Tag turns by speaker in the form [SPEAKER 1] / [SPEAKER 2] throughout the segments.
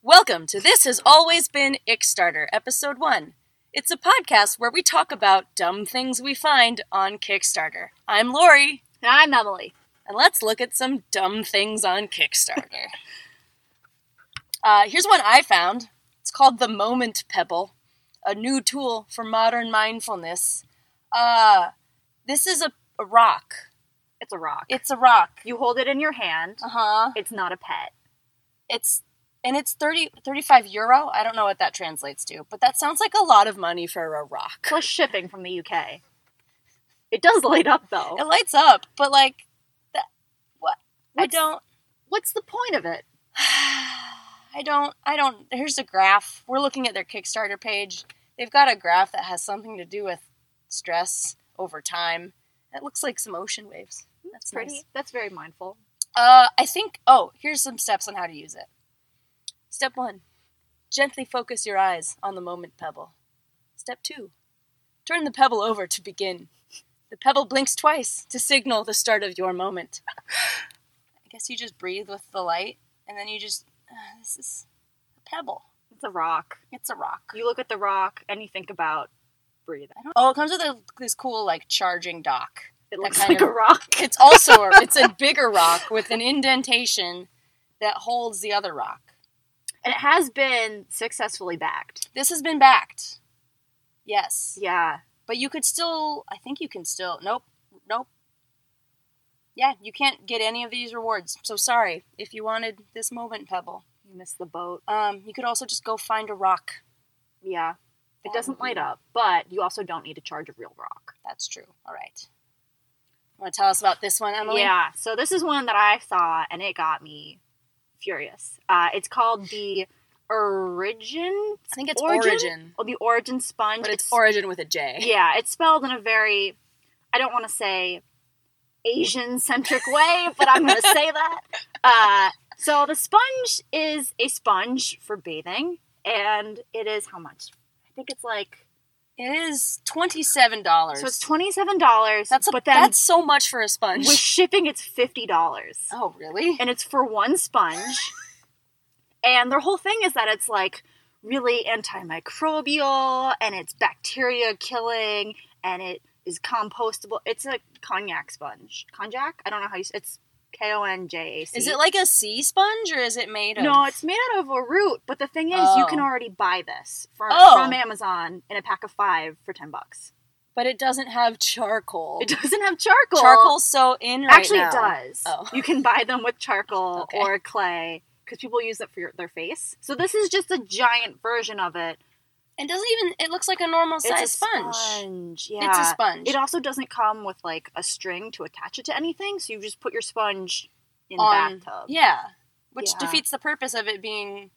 [SPEAKER 1] Welcome to This Has Always Been Kickstarter, Episode 1. It's a podcast where we talk about dumb things we find on Kickstarter. I'm Lori,
[SPEAKER 2] I'm Ah, Emily.
[SPEAKER 1] and let's look at some dumb things on Kickstarter. uh, here's one I found it's called the Moment Pebble, a new tool for modern mindfulness. Uh, this is a, a rock.
[SPEAKER 2] It's a rock. Uh-huh.
[SPEAKER 1] It's a rock.
[SPEAKER 2] you hold it in your hand.
[SPEAKER 1] Uh huh.
[SPEAKER 2] It's not a pet.
[SPEAKER 1] it's and it's 30 35 euro i don't know what that translates to but that sounds like a lot of money for a rock
[SPEAKER 2] Plus shipping from the UK. It does light up though.
[SPEAKER 1] it lights up but like that what i
[SPEAKER 2] What's-
[SPEAKER 1] don't
[SPEAKER 2] What's the point of it?
[SPEAKER 1] i don't i don't here's a graph we're looking at their kickstarter page they've got a graph that has something to do with stress over time it looks like some ocean waves that's
[SPEAKER 2] Pretty.
[SPEAKER 1] pretty
[SPEAKER 2] That's very mindful.
[SPEAKER 1] Uh, I think. Oh, here's some steps on how to use it. Step one: gently focus your eyes on the moment pebble. Step two: turn the pebble over to begin. The pebble blinks twice to signal the start of your moment. I guess you just breathe with the light, and then you just. Uh, this is a pebble.
[SPEAKER 2] It's a rock.
[SPEAKER 1] It's a rock.
[SPEAKER 2] You look at the rock and you think about breathing.
[SPEAKER 1] I don't- oh, it comes with a, this cool like charging dock.
[SPEAKER 2] It looks
[SPEAKER 1] kind
[SPEAKER 2] like
[SPEAKER 1] of-
[SPEAKER 2] a rock.
[SPEAKER 1] It's also it's a bigger rock with an indentation that holds the other rock.
[SPEAKER 2] And it has been successfully backed.
[SPEAKER 1] This has been backed. Yes.
[SPEAKER 2] Yeah.
[SPEAKER 1] But you could still, I think you can still, nope, nope. Yeah, you can't get any of these rewards. So sorry if you wanted this moment pebble.
[SPEAKER 2] You missed the boat.
[SPEAKER 1] Um, you could also just go find a rock.
[SPEAKER 2] Yeah. It
[SPEAKER 1] That
[SPEAKER 2] doesn't
[SPEAKER 1] would be-
[SPEAKER 2] light up, but you also don't need to charge a real rock.
[SPEAKER 1] That's true. All right. Want to tell us about this one, Emily?
[SPEAKER 2] Yeah. So this is one that I saw and it got me furious. Uh, it's called the Origin.
[SPEAKER 1] I think it's
[SPEAKER 2] Origin?
[SPEAKER 1] Origin,
[SPEAKER 2] Oh, the Origin Sponge.
[SPEAKER 1] but it's, Origin with a J.
[SPEAKER 2] yeah. It's spelled in a very I don't want to say Asian centric way, but I'm going to say that. Uh, so the sponge is a sponge for bathing, and it is how much? I think it's like
[SPEAKER 1] It is twenty-seven dollars.
[SPEAKER 2] so it's twenty seven dollars.
[SPEAKER 1] That's a,
[SPEAKER 2] but then
[SPEAKER 1] that's so much for a sponge.
[SPEAKER 2] with shipping it's fifty dollars.
[SPEAKER 1] oh, really?
[SPEAKER 2] and it's for one sponge. and their whole thing is that it's like really antimicrobial and it's bacteria killing and it is compostable. It's a cognac sponge. Cognac? I don't know how you s- it's K O N J A C.
[SPEAKER 1] Is it like a sea sponge, or is it made of?
[SPEAKER 2] No, it's made out of a root, but the thing is you can
[SPEAKER 1] Oh.
[SPEAKER 2] already buy this from,
[SPEAKER 1] Oh.
[SPEAKER 2] from Amazon in a pack of 5 for 10 bucks.
[SPEAKER 1] but it doesn't have charcoal.
[SPEAKER 2] It doesn't have charcoal.
[SPEAKER 1] Charcoal's so in right
[SPEAKER 2] Actually,
[SPEAKER 1] now.
[SPEAKER 2] it does.
[SPEAKER 1] Oh.
[SPEAKER 2] You can buy them with charcoal
[SPEAKER 1] Okay.
[SPEAKER 2] or clay because people use it for your, their face. So this is just a giant version of it.
[SPEAKER 1] It doesn't even. It looks like a normal size
[SPEAKER 2] it's a
[SPEAKER 1] sponge.
[SPEAKER 2] sponge. Yeah.
[SPEAKER 1] It's a sponge
[SPEAKER 2] It also doesn't come with like a string to attach it to anything. So you just put your sponge in
[SPEAKER 1] on.
[SPEAKER 2] the bathtub.
[SPEAKER 1] Yeah, which
[SPEAKER 2] Yeah.
[SPEAKER 1] defeats the purpose of it being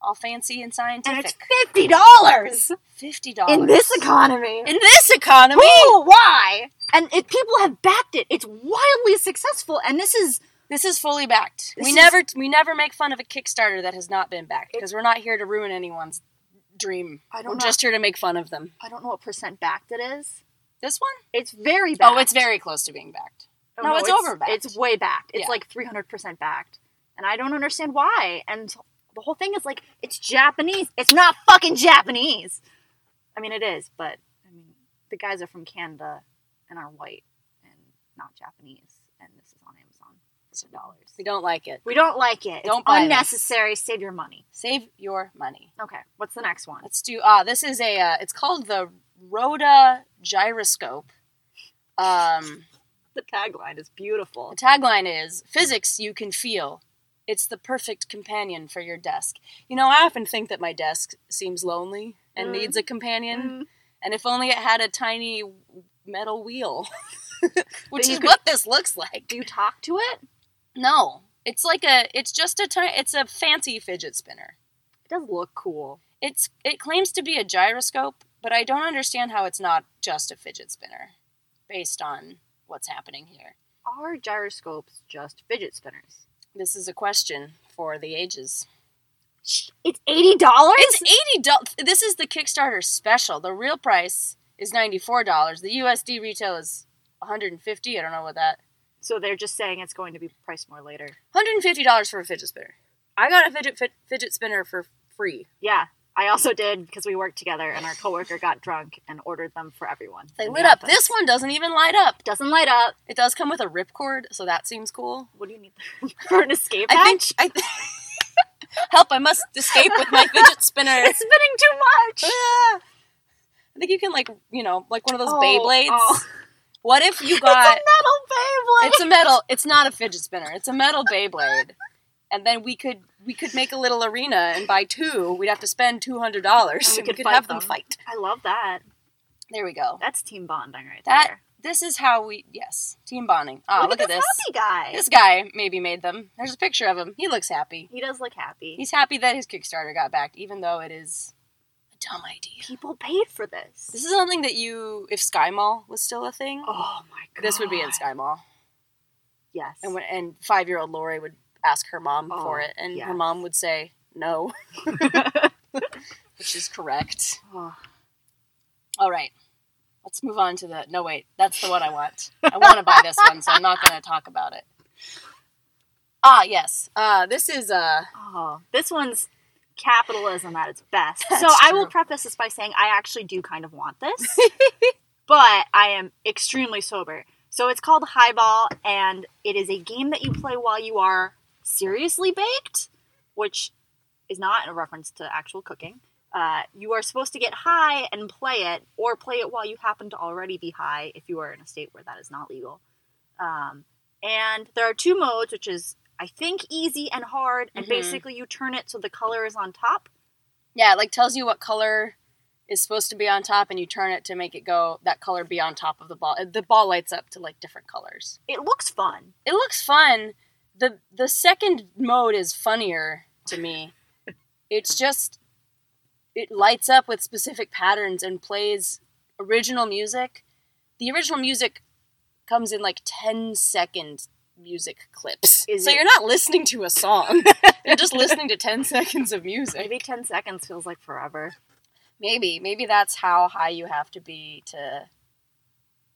[SPEAKER 1] all fancy and scientific.
[SPEAKER 2] And it's fifty dollars
[SPEAKER 1] fifty dollars
[SPEAKER 2] in this economy.
[SPEAKER 1] In this economy,
[SPEAKER 2] Who? Why? And it, people have backed it. It's wildly successful, and this is
[SPEAKER 1] this is fully backed.
[SPEAKER 2] This
[SPEAKER 1] we
[SPEAKER 2] is-
[SPEAKER 1] never we never make fun of a Kickstarter that has not been backed because we're not here to ruin anyone's dream.
[SPEAKER 2] I don't
[SPEAKER 1] we're
[SPEAKER 2] know.
[SPEAKER 1] just here to make fun of them.
[SPEAKER 2] I don't know what percent backed it is.
[SPEAKER 1] This one?
[SPEAKER 2] It's very backed.
[SPEAKER 1] Oh, it's very close to being backed.
[SPEAKER 2] Oh,
[SPEAKER 1] No, it's overbacked.
[SPEAKER 2] It's way backed. It's
[SPEAKER 1] Yeah.
[SPEAKER 2] like 300% backed. And I don't understand why. And the whole thing is like, it's Japanese. It's not fucking Japanese. I mean, it is, but I mean, the guys are from Canada and are white and not Japanese. And this is on Amazon for
[SPEAKER 1] We
[SPEAKER 2] $10.
[SPEAKER 1] don't like it.
[SPEAKER 2] We don't like it.
[SPEAKER 1] Don't
[SPEAKER 2] it's
[SPEAKER 1] buy this.
[SPEAKER 2] unnecessary. Save your money.
[SPEAKER 1] Save your money.
[SPEAKER 2] Okay, what's the next one?
[SPEAKER 1] Let's do. Ah, this is a. Uh, it's called the Rhoda gyroscope. Um,
[SPEAKER 2] The tagline is
[SPEAKER 1] the
[SPEAKER 2] beautiful.
[SPEAKER 1] tagline is "Physics you can feel." It's the perfect companion for your desk. You know, I often think that my desk seems lonely and
[SPEAKER 2] Mm.
[SPEAKER 1] needs a companion,
[SPEAKER 2] Mm.
[SPEAKER 1] and if only it had a tiny metal wheel, which
[SPEAKER 2] you
[SPEAKER 1] is
[SPEAKER 2] could-
[SPEAKER 1] what this looks like.
[SPEAKER 2] Do you talk to it?
[SPEAKER 1] No, it's like a. It's just a tiny. It's a fancy fidget spinner.
[SPEAKER 2] It does look cool.
[SPEAKER 1] It's it claims to be a gyroscope, but I don't understand how it's not just a fidget spinner based on what's happening here.
[SPEAKER 2] Are gyroscopes just fidget spinners?
[SPEAKER 1] This is a question for the ages.
[SPEAKER 2] It's eighty dollars.
[SPEAKER 1] It's eighty dollars. This is the Kickstarter special. The real price is ninety four dollars. The USD retail is one hundred and fifty. I don't know what that.
[SPEAKER 2] So they're just saying it's going to be priced more later.
[SPEAKER 1] One hundred and fifty dollars for a fidget spinner. I got a fidget fid- fidget spinner for free.
[SPEAKER 2] Yeah, I also did because we worked together, and our coworker got drunk and ordered them for everyone.
[SPEAKER 1] They
[SPEAKER 2] in
[SPEAKER 1] lit
[SPEAKER 2] the
[SPEAKER 1] up.
[SPEAKER 2] office.
[SPEAKER 1] This one doesn't even light up.
[SPEAKER 2] doesn't light up.
[SPEAKER 1] It does come with a ripcord, so that seems cool.
[SPEAKER 2] What do you need for an escape hatch?
[SPEAKER 1] I think I th- help. I must escape with my fidget spinner.
[SPEAKER 2] it's spinning too much.
[SPEAKER 1] Ah. I think you can like you know like one of those
[SPEAKER 2] Oh,
[SPEAKER 1] Beyblades.
[SPEAKER 2] oh.
[SPEAKER 1] What if you got?
[SPEAKER 2] it's a metal Beyblade.
[SPEAKER 1] It's a metal. It's not a fidget spinner. It's a metal Beyblade. And then we could we could make a little arena, and by two, we'd have to spend two hundred dollars.
[SPEAKER 2] And we
[SPEAKER 1] We
[SPEAKER 2] could
[SPEAKER 1] could
[SPEAKER 2] fight
[SPEAKER 1] have them
[SPEAKER 2] them.
[SPEAKER 1] fight.
[SPEAKER 2] I love that.
[SPEAKER 1] There we go.
[SPEAKER 2] That's team bonding right
[SPEAKER 1] That-
[SPEAKER 2] there.
[SPEAKER 1] This is how we yes team bonding. Ah, look, at this.
[SPEAKER 2] happy guy.
[SPEAKER 1] This guy maybe made them. There's a picture of him. He looks happy.
[SPEAKER 2] he does look happy.
[SPEAKER 1] He's happy that his Kickstarter got backed, even though it is a dumb idea.
[SPEAKER 2] People paid for this.
[SPEAKER 1] This is something that you, if Sky Mall was still a thing,
[SPEAKER 2] oh my god.
[SPEAKER 1] this would be in Sky Mall.
[SPEAKER 2] Yes.
[SPEAKER 1] And when, and five year old Lori would ask her mom
[SPEAKER 2] Oh,
[SPEAKER 1] for it, and her
[SPEAKER 2] yes.
[SPEAKER 1] mom would say no, which is correct.
[SPEAKER 2] Oh,
[SPEAKER 1] All right, let's move on to the. No, wait, that's the one I want. I want to buy this one, so I'm not going to talk about it. Ah, yes. Uh, this is uh,
[SPEAKER 2] oh, this one's capitalism at its best.
[SPEAKER 1] That's
[SPEAKER 2] so I will
[SPEAKER 1] true.
[SPEAKER 2] preface this by saying I actually do kind of want this, but I am extremely sober. So it's called Highball, and it is a game that you play while you are seriously baked, which is not a reference to actual cooking. Uh, you are supposed to get high and play it, or play it while you happen to already be high if you are in a state where that is not legal. Um, and there are two modes, which is, I think, easy and hard. And
[SPEAKER 1] Mhm.
[SPEAKER 2] basically, you turn it so the color is on top.
[SPEAKER 1] yeah, it, like tells you what color is supposed to be on top, and you turn it to make it go that color be on top of the ball. The ball lights up to like different colors.
[SPEAKER 2] It looks fun.
[SPEAKER 1] it looks fun. the The second mode is funnier to me. It's just it lights up with specific patterns and plays original music. The original music comes in like 10 second music clips.
[SPEAKER 2] Is
[SPEAKER 1] so
[SPEAKER 2] it-
[SPEAKER 1] you're not listening to a song. you're just listening to 10 seconds of music.
[SPEAKER 2] Maybe 10 seconds feels like forever.
[SPEAKER 1] Maybe maybe that's how high you have to be to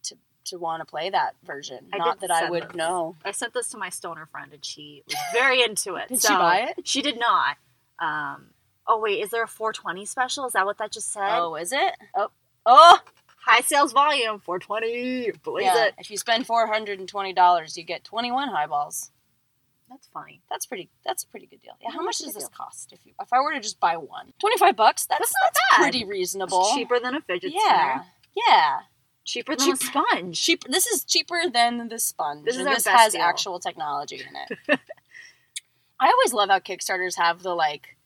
[SPEAKER 1] to to want to play that version.
[SPEAKER 2] I
[SPEAKER 1] not
[SPEAKER 2] did
[SPEAKER 1] that I
[SPEAKER 2] send
[SPEAKER 1] would
[SPEAKER 2] those.
[SPEAKER 1] know.
[SPEAKER 2] I sent this to my stoner friend, and she was very into it.
[SPEAKER 1] Did she
[SPEAKER 2] so
[SPEAKER 1] buy
[SPEAKER 2] She did not. Um, oh, wait, is there a 420 special? Is that what that just said?
[SPEAKER 1] Oh, is it?
[SPEAKER 2] Oh, high sales volume, 420. Blaze
[SPEAKER 1] Yeah,
[SPEAKER 2] it.
[SPEAKER 1] if you spend four hundred and twenty dollars, you get twenty one highballs.
[SPEAKER 2] That's funny.
[SPEAKER 1] That's pretty. That's a pretty good deal. Yeah.
[SPEAKER 2] Yeah,
[SPEAKER 1] How much
[SPEAKER 2] that's
[SPEAKER 1] does
[SPEAKER 2] a good
[SPEAKER 1] this
[SPEAKER 2] deal.
[SPEAKER 1] cost? If you, if I were to just buy one, twenty five bucks. That's
[SPEAKER 2] That's not bad.
[SPEAKER 1] pretty reasonable.
[SPEAKER 2] It's cheaper than a fidget
[SPEAKER 1] Yeah.
[SPEAKER 2] spinner.
[SPEAKER 1] Yeah.
[SPEAKER 2] Cheaper than
[SPEAKER 1] Cheap-
[SPEAKER 2] a sponge.
[SPEAKER 1] Cheap. This is cheaper than the sponge.
[SPEAKER 2] This is
[SPEAKER 1] and
[SPEAKER 2] our
[SPEAKER 1] this
[SPEAKER 2] best
[SPEAKER 1] has
[SPEAKER 2] deal.
[SPEAKER 1] actual technology in it. I always love how Kickstarters have the like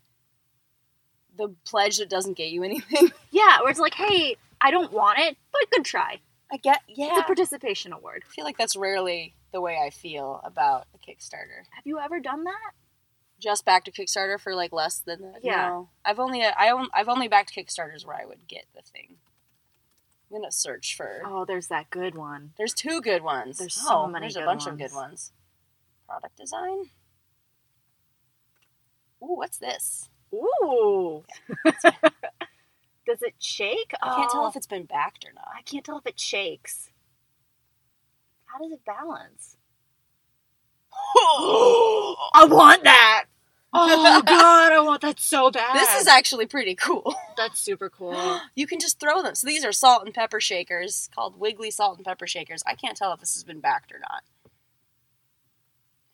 [SPEAKER 1] the pledge that doesn't get you anything.
[SPEAKER 2] Yeah, where it's like, hey, I don't want it, but good try.
[SPEAKER 1] I get. Yeah.
[SPEAKER 2] It's a participation award.
[SPEAKER 1] I feel like that's rarely the way I feel about a Kickstarter.
[SPEAKER 2] Have you ever done that?
[SPEAKER 1] just backed a Kickstarter for like less than the,
[SPEAKER 2] Yeah.
[SPEAKER 1] You know, I've only I on- I've only backed Kickstarters where I would get the thing. I'm gonna search for.
[SPEAKER 2] Oh, there's that good one.
[SPEAKER 1] There's two good ones.
[SPEAKER 2] There's so
[SPEAKER 1] Oh,
[SPEAKER 2] many
[SPEAKER 1] There's a
[SPEAKER 2] good
[SPEAKER 1] bunch of
[SPEAKER 2] ones.
[SPEAKER 1] good ones. Product design. Ooh, what's this?
[SPEAKER 2] Ooh. Does it shake?
[SPEAKER 1] I can't tell
[SPEAKER 2] Oh,
[SPEAKER 1] if it's been backed or not.
[SPEAKER 2] I can't tell if it shakes. How does it balance? I want that. Oh god, I want that so bad.
[SPEAKER 1] This is actually pretty cool.
[SPEAKER 2] that's super cool. Oh,
[SPEAKER 1] you can just throw them. So these are salt and pepper shakers called Wiggly Salt and Pepper Shakers. I can't tell if this has been backed or not.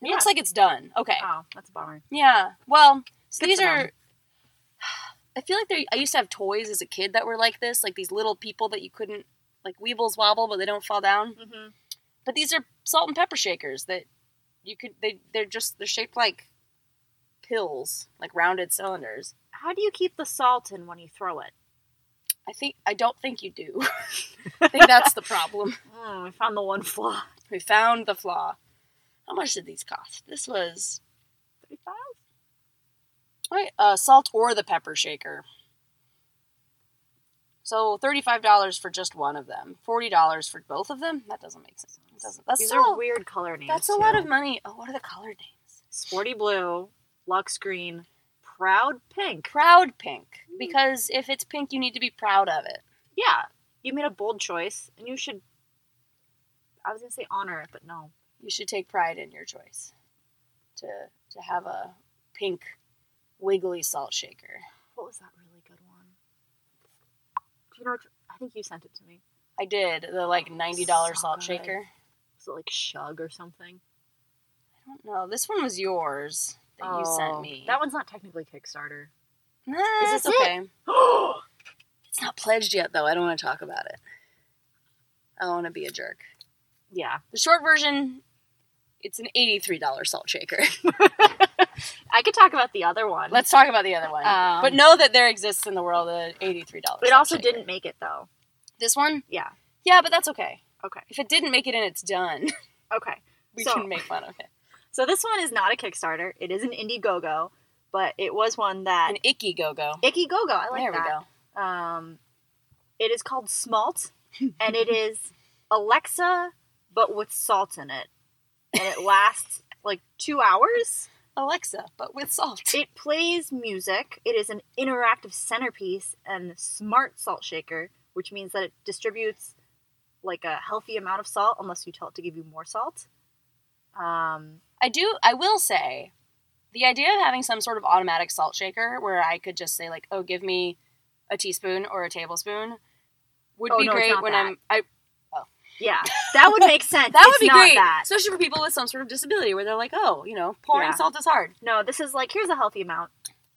[SPEAKER 1] It
[SPEAKER 2] Yeah.
[SPEAKER 1] looks like it's done. Okay.
[SPEAKER 2] Oh, that's a bummer.
[SPEAKER 1] Yeah. Well, so
[SPEAKER 2] Good
[SPEAKER 1] these
[SPEAKER 2] for
[SPEAKER 1] are.
[SPEAKER 2] them.
[SPEAKER 1] I feel like they. I used to have toys as a kid that were like this, like these little people that you couldn't, like Weebles wobble, but they don't fall down.
[SPEAKER 2] Mm-hmm.
[SPEAKER 1] But these are salt and pepper shakers that you could. They they're just they're shaped like pills, like rounded cylinders.
[SPEAKER 2] How do you keep the salt in when you throw it?
[SPEAKER 1] I think I don't think you do. I think that's the problem.
[SPEAKER 2] Mm, I found the one flaw.
[SPEAKER 1] We found the flaw. How much did these cost? This was
[SPEAKER 2] Thirty-five.
[SPEAKER 1] Right, uh, salt or the pepper shaker. So thirty-five dollars for just one of them. Forty dollars for both of them. That doesn't make sense. It doesn't. That's
[SPEAKER 2] These
[SPEAKER 1] so,
[SPEAKER 2] are weird color names.
[SPEAKER 1] That's a
[SPEAKER 2] too.
[SPEAKER 1] lot of money. Oh, what are the color names?
[SPEAKER 2] Sporty Blue, Lux Green, Proud Pink.
[SPEAKER 1] Proud pink.
[SPEAKER 2] Mm.
[SPEAKER 1] Because if it's pink, you need to be proud of it.
[SPEAKER 2] Yeah, you made a bold choice, and you should. I was gonna say honor it, but no.
[SPEAKER 1] You should take pride in your choice. To to have a pink wiggly salt shaker.
[SPEAKER 2] What was that really good one? Do you know? Which, I think you sent it to me.
[SPEAKER 1] I did the like ninety dollar salt
[SPEAKER 2] Oh, good.
[SPEAKER 1] shaker.
[SPEAKER 2] Was it like Shug or something?
[SPEAKER 1] I don't know. This one was yours that you sent me.
[SPEAKER 2] Oh, That one's not technically Kickstarter.
[SPEAKER 1] nah,
[SPEAKER 2] Is
[SPEAKER 1] it's
[SPEAKER 2] this it?
[SPEAKER 1] okay. It's not pledged yet though. I don't want to talk about it. I don't want to be a jerk.
[SPEAKER 2] yeah,
[SPEAKER 1] The short version, it's an eighty-three dollar salt shaker.
[SPEAKER 2] I could talk about the other one.
[SPEAKER 1] Let's talk about the other one.
[SPEAKER 2] Um,
[SPEAKER 1] but know that there exists in the world an eighty-three dollar.
[SPEAKER 2] It also didn't make it though.
[SPEAKER 1] This one,
[SPEAKER 2] Yeah.
[SPEAKER 1] yeah, but that's okay.
[SPEAKER 2] Okay.
[SPEAKER 1] If it didn't make it and it's done,
[SPEAKER 2] Okay.
[SPEAKER 1] we
[SPEAKER 2] So-
[SPEAKER 1] can make fun of it.
[SPEAKER 2] So this one is not a Kickstarter. It is an Indiegogo, but it was one that
[SPEAKER 1] An icky go go.
[SPEAKER 2] Icky Gogo. I like
[SPEAKER 1] There we
[SPEAKER 2] that.
[SPEAKER 1] go.
[SPEAKER 2] Um, it is called Smalt, and it is Alexa, but with salt in it. And it lasts like two hours.
[SPEAKER 1] Alexa, but with salt.
[SPEAKER 2] It plays music. It is an interactive centerpiece and smart salt shaker, which means that it distributes like a healthy amount of salt unless you tell it to give you more salt. Um,
[SPEAKER 1] I do. I will say, the idea of having some sort of automatic salt shaker where I could just say like, "Oh, give me a teaspoon or a tablespoon," would
[SPEAKER 2] Oh,
[SPEAKER 1] be
[SPEAKER 2] no, it's
[SPEAKER 1] great
[SPEAKER 2] not
[SPEAKER 1] when
[SPEAKER 2] that.
[SPEAKER 1] I'm. I
[SPEAKER 2] yeah, that would make sense.
[SPEAKER 1] that
[SPEAKER 2] It's
[SPEAKER 1] would be
[SPEAKER 2] not
[SPEAKER 1] great,
[SPEAKER 2] That.
[SPEAKER 1] especially for people with some sort of disability where they're like, "Oh, you know, pouring
[SPEAKER 2] Yeah.
[SPEAKER 1] salt is hard."
[SPEAKER 2] No, this is like here's a healthy amount.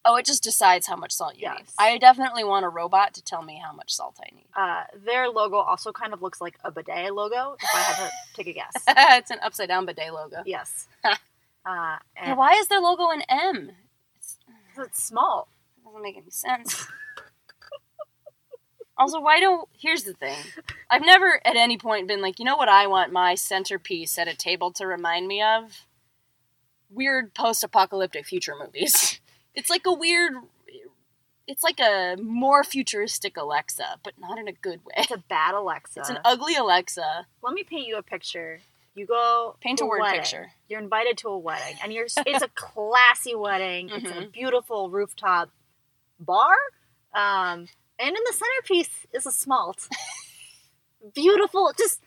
[SPEAKER 1] Oh, it just decides how much salt you need.
[SPEAKER 2] Yes.
[SPEAKER 1] I definitely want a robot to tell me how much salt I need.
[SPEAKER 2] Uh, their logo also kind of looks like a bidet logo, if I had to take a guess.
[SPEAKER 1] it's an upside down bidet logo.
[SPEAKER 2] Yes. Uh,
[SPEAKER 1] Yeah,
[SPEAKER 2] and
[SPEAKER 1] why is their logo an M?
[SPEAKER 2] it's small.
[SPEAKER 1] It doesn't make any sense. also, why don't? Here's the thing: I've never at any point been like, you know what I want my centerpiece at a table to remind me of? Weird post-apocalyptic future movies. It's like a weird. It's like a more futuristic Alexa, but not in a good way.
[SPEAKER 2] It's a bad Alexa.
[SPEAKER 1] It's an ugly Alexa.
[SPEAKER 2] Let me paint you a picture. You go
[SPEAKER 1] Paint
[SPEAKER 2] to
[SPEAKER 1] a word
[SPEAKER 2] wedding.
[SPEAKER 1] picture.
[SPEAKER 2] You're invited to a wedding, and you're. It's a classy wedding. It's
[SPEAKER 1] Mm-hmm.
[SPEAKER 2] in a beautiful rooftop bar, um, and in the centerpiece is a smalt. beautiful, just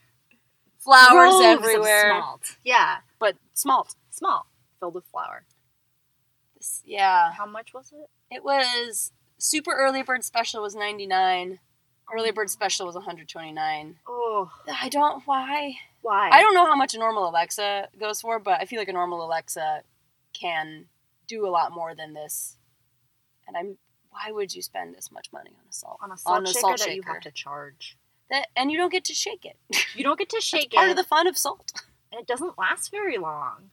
[SPEAKER 1] Flowers
[SPEAKER 2] groves of
[SPEAKER 1] everywhere,
[SPEAKER 2] smalt. Yeah,
[SPEAKER 1] but smalt.
[SPEAKER 2] smalt filled with flour.
[SPEAKER 1] This- Yeah.
[SPEAKER 2] How much was it?
[SPEAKER 1] It was super early bird special was 99. Early bird special was 129.
[SPEAKER 2] Oh,
[SPEAKER 1] I don't why.
[SPEAKER 2] why?
[SPEAKER 1] I don't know how much a normal Alexa goes for, but I feel like a normal Alexa can do a lot more than this. And I'm why would you spend this much money on a salt
[SPEAKER 2] on a salt,
[SPEAKER 1] on a
[SPEAKER 2] shaker
[SPEAKER 1] salt
[SPEAKER 2] that you
[SPEAKER 1] shaker.
[SPEAKER 2] have to charge.
[SPEAKER 1] That- and you don't get to shake it.
[SPEAKER 2] You don't get to shake
[SPEAKER 1] That's part
[SPEAKER 2] it.
[SPEAKER 1] of the fun of salt.
[SPEAKER 2] and it doesn't last very long.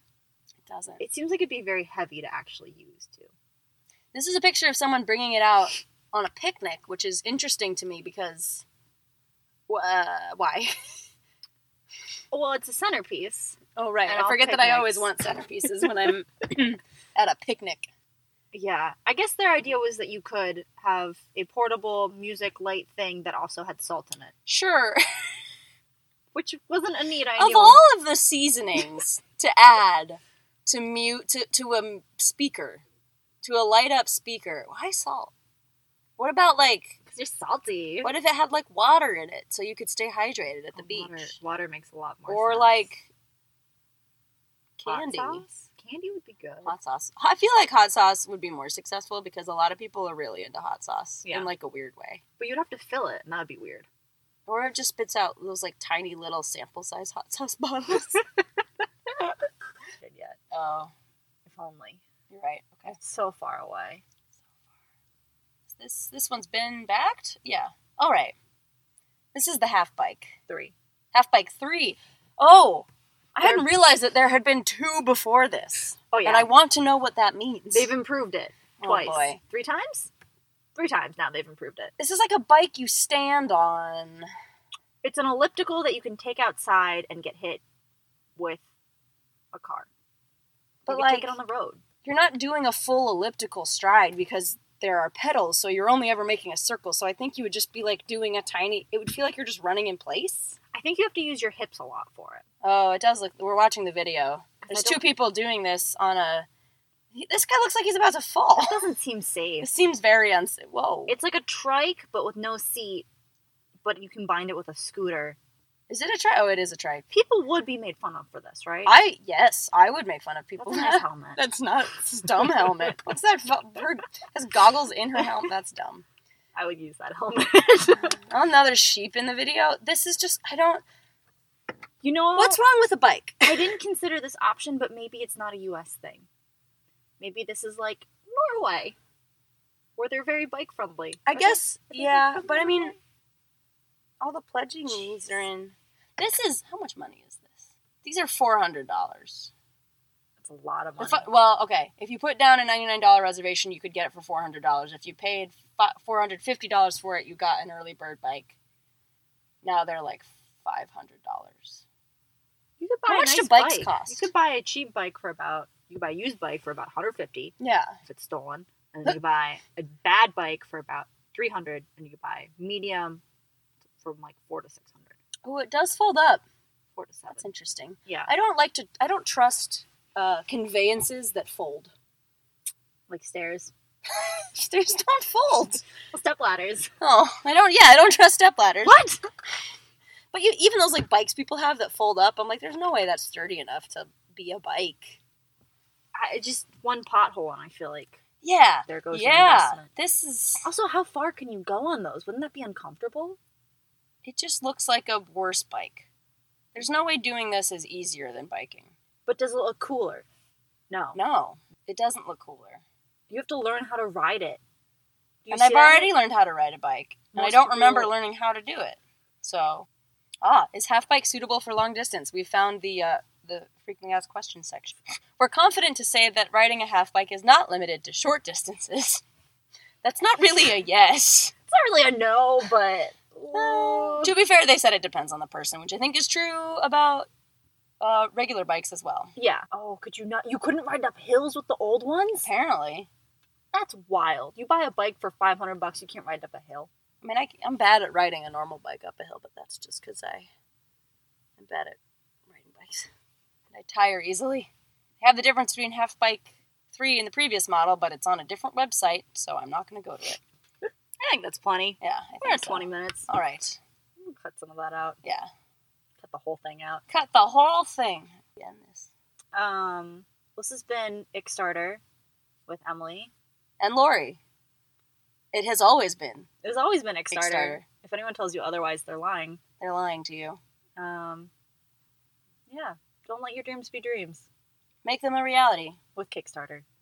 [SPEAKER 1] It doesn't.
[SPEAKER 2] It seems like it'd be very heavy to actually use too.
[SPEAKER 1] This is a picture of someone bringing it out on a picnic, which is interesting to me because wh- uh, why?
[SPEAKER 2] Well, it's a centerpiece.
[SPEAKER 1] Oh right,
[SPEAKER 2] At
[SPEAKER 1] I
[SPEAKER 2] all
[SPEAKER 1] forget that I always want
[SPEAKER 2] picnics.
[SPEAKER 1] centerpieces when I'm at a picnic.
[SPEAKER 2] Yeah, I guess their idea was that you could have a portable music light thing that also had salt in it,
[SPEAKER 1] Sure,
[SPEAKER 2] which wasn't a neat idea.
[SPEAKER 1] of all of the seasonings to add to mute to to a m- speaker, to a light up speaker, why salt? What about like
[SPEAKER 2] 'Cause you're salty.
[SPEAKER 1] what if it had like water in it so you could stay hydrated at the beach,
[SPEAKER 2] Water, water makes a lot more.
[SPEAKER 1] or
[SPEAKER 2] sense.
[SPEAKER 1] like
[SPEAKER 2] Hot
[SPEAKER 1] candy?
[SPEAKER 2] sauce? Candy would be good.
[SPEAKER 1] Hot sauce. I feel like hot sauce would be more successful because a lot of people are really into hot sauce
[SPEAKER 2] Yeah.
[SPEAKER 1] in like a weird way.
[SPEAKER 2] But you'd have to fill it, and that'd be weird.
[SPEAKER 1] Or it just spits out those like tiny little sample size hot sauce bottles.
[SPEAKER 2] Good yet,
[SPEAKER 1] oh,
[SPEAKER 2] if only.
[SPEAKER 1] you're right. Okay.
[SPEAKER 2] It's so far away.
[SPEAKER 1] This this one's been backed? Yeah. All right. This is the half bike.
[SPEAKER 2] Three.
[SPEAKER 1] Half bike three. Oh, I
[SPEAKER 2] There-
[SPEAKER 1] hadn't realized that there had been two before this.
[SPEAKER 2] Oh yeah.
[SPEAKER 1] And I want to know what that means.
[SPEAKER 2] They've improved it
[SPEAKER 1] Oh,
[SPEAKER 2] twice.
[SPEAKER 1] boy.
[SPEAKER 2] Three times? Three times now they've improved it.
[SPEAKER 1] this is like a bike you stand on.
[SPEAKER 2] It's an elliptical that you can take outside and get hit with a car.
[SPEAKER 1] But
[SPEAKER 2] you can
[SPEAKER 1] like
[SPEAKER 2] take it on the road.
[SPEAKER 1] you're not doing a full elliptical stride because there are pedals, so you're only ever making a circle. So I think you would just be like doing a tiny it would feel like you're just running in place.
[SPEAKER 2] I think you have to use your hips a lot for it.
[SPEAKER 1] Oh, it does look. We're watching the video.
[SPEAKER 2] I
[SPEAKER 1] There's
[SPEAKER 2] don't-
[SPEAKER 1] two people doing this on a. he- This guy looks like he's about to fall.
[SPEAKER 2] It doesn't seem safe.
[SPEAKER 1] This seems very uns. Whoa!
[SPEAKER 2] It's like a trike but with no seat, but you combined it with a scooter
[SPEAKER 1] Is it a tribe? Oh, it is a tribe.
[SPEAKER 2] People would be made fun of for this, right?
[SPEAKER 1] I yes, I would make fun of
[SPEAKER 2] That's
[SPEAKER 1] people.
[SPEAKER 2] a nice helmet.
[SPEAKER 1] That's not it's dumb helmet. What's that? fu- Her has goggles in her helmet. That's dumb.
[SPEAKER 2] I would use that helmet.
[SPEAKER 1] Another sheep in the video. This is just I don't.
[SPEAKER 2] you know
[SPEAKER 1] What's wrong with a bike?
[SPEAKER 2] I didn't consider this option, but maybe it's not a U.S. thing. Maybe this is like Norway, where they're very bike friendly.
[SPEAKER 1] I guess yeah, but I mean, all the pledging needs are in. This is how much money is this? These are four hundred dollars.
[SPEAKER 2] it's a lot of
[SPEAKER 1] Or
[SPEAKER 2] money.
[SPEAKER 1] fi- well, okay. If you put down a ninety-nine dollar reservation, you could get it for four hundred dollars. If you paid four hundred fifty dollars for it, you got an early bird bike. Now they're like five hundred dollars.
[SPEAKER 2] You could
[SPEAKER 1] How
[SPEAKER 2] buy a
[SPEAKER 1] much do
[SPEAKER 2] nice
[SPEAKER 1] bikes
[SPEAKER 2] bike.
[SPEAKER 1] cost?
[SPEAKER 2] You could buy a cheap bike for about. You could buy a used bike for about 150
[SPEAKER 1] Yeah,
[SPEAKER 2] if it's stolen, and then you buy a bad bike for about 300, and you could buy medium from like four to 600,
[SPEAKER 1] Oh, it does fold up.
[SPEAKER 2] four to seven.
[SPEAKER 1] That's interesting.
[SPEAKER 2] Yeah,
[SPEAKER 1] I don't like to. I don't trust uh, conveyances that fold.
[SPEAKER 2] like stairs,
[SPEAKER 1] Stairs don't fold.
[SPEAKER 2] step ladders.
[SPEAKER 1] Oh, I don't. Yeah, I don't trust step ladders.
[SPEAKER 2] What?
[SPEAKER 1] But you, even those like bikes people have that fold up, I'm like, there's no way that's sturdy enough to be a bike.
[SPEAKER 2] I, just one pothole, and I feel like
[SPEAKER 1] Yeah.
[SPEAKER 2] there goes your
[SPEAKER 1] yeah.
[SPEAKER 2] investment.
[SPEAKER 1] This is.
[SPEAKER 2] Also, how far can you go on those? Wouldn't that be uncomfortable?
[SPEAKER 1] It just looks like a worse bike. There's no way doing this is easier than biking.
[SPEAKER 2] But does it look cooler? No.
[SPEAKER 1] No, it doesn't look cooler.
[SPEAKER 2] You have to learn how to ride it. You
[SPEAKER 1] and
[SPEAKER 2] see
[SPEAKER 1] I've
[SPEAKER 2] that?
[SPEAKER 1] already learned how to ride a bike, and I
[SPEAKER 2] Most
[SPEAKER 1] don't
[SPEAKER 2] people-
[SPEAKER 1] remember learning how to do it. So, ah, is half bike suitable for long distance? We found the uh, the frequently asked questions section. We're confident to say that riding a half bike is not limited to short distances. That's not really a yes.
[SPEAKER 2] It's not really a no, but. Ooh.
[SPEAKER 1] to be fair, they said it depends on the person, which I think is true about uh, regular bikes as well.
[SPEAKER 2] yeah. Oh, could you not? You couldn't ride up hills with the old ones?
[SPEAKER 1] Apparently,
[SPEAKER 2] That's wild. You buy a bike for 500 bucks, you can't ride up a hill.
[SPEAKER 1] I mean, I, am bad at riding a normal bike up a hill, but that's just because I am bad at riding bikes. And I tire easily. I have the difference between half bike three in the previous model, but it's on a different website, so I'm not going to go to it.
[SPEAKER 2] I think that's plenty.
[SPEAKER 1] Yeah, I think
[SPEAKER 2] We're at
[SPEAKER 1] so.
[SPEAKER 2] 20 minutes.
[SPEAKER 1] All right.
[SPEAKER 2] We'll cut some of that out.
[SPEAKER 1] Yeah,
[SPEAKER 2] Cut the whole thing out.
[SPEAKER 1] cut the whole thing. Yeah, and this
[SPEAKER 2] Um, this has been Kickstarter with Emily.
[SPEAKER 1] and Lori. It has always been.
[SPEAKER 2] It's always been Kickstarter.
[SPEAKER 1] Kickstarter.
[SPEAKER 2] If anyone tells you otherwise, they're lying.
[SPEAKER 1] They're lying to you.
[SPEAKER 2] Um, yeah, don't let your dreams be dreams
[SPEAKER 1] Make them a reality.
[SPEAKER 2] with Kickstarter.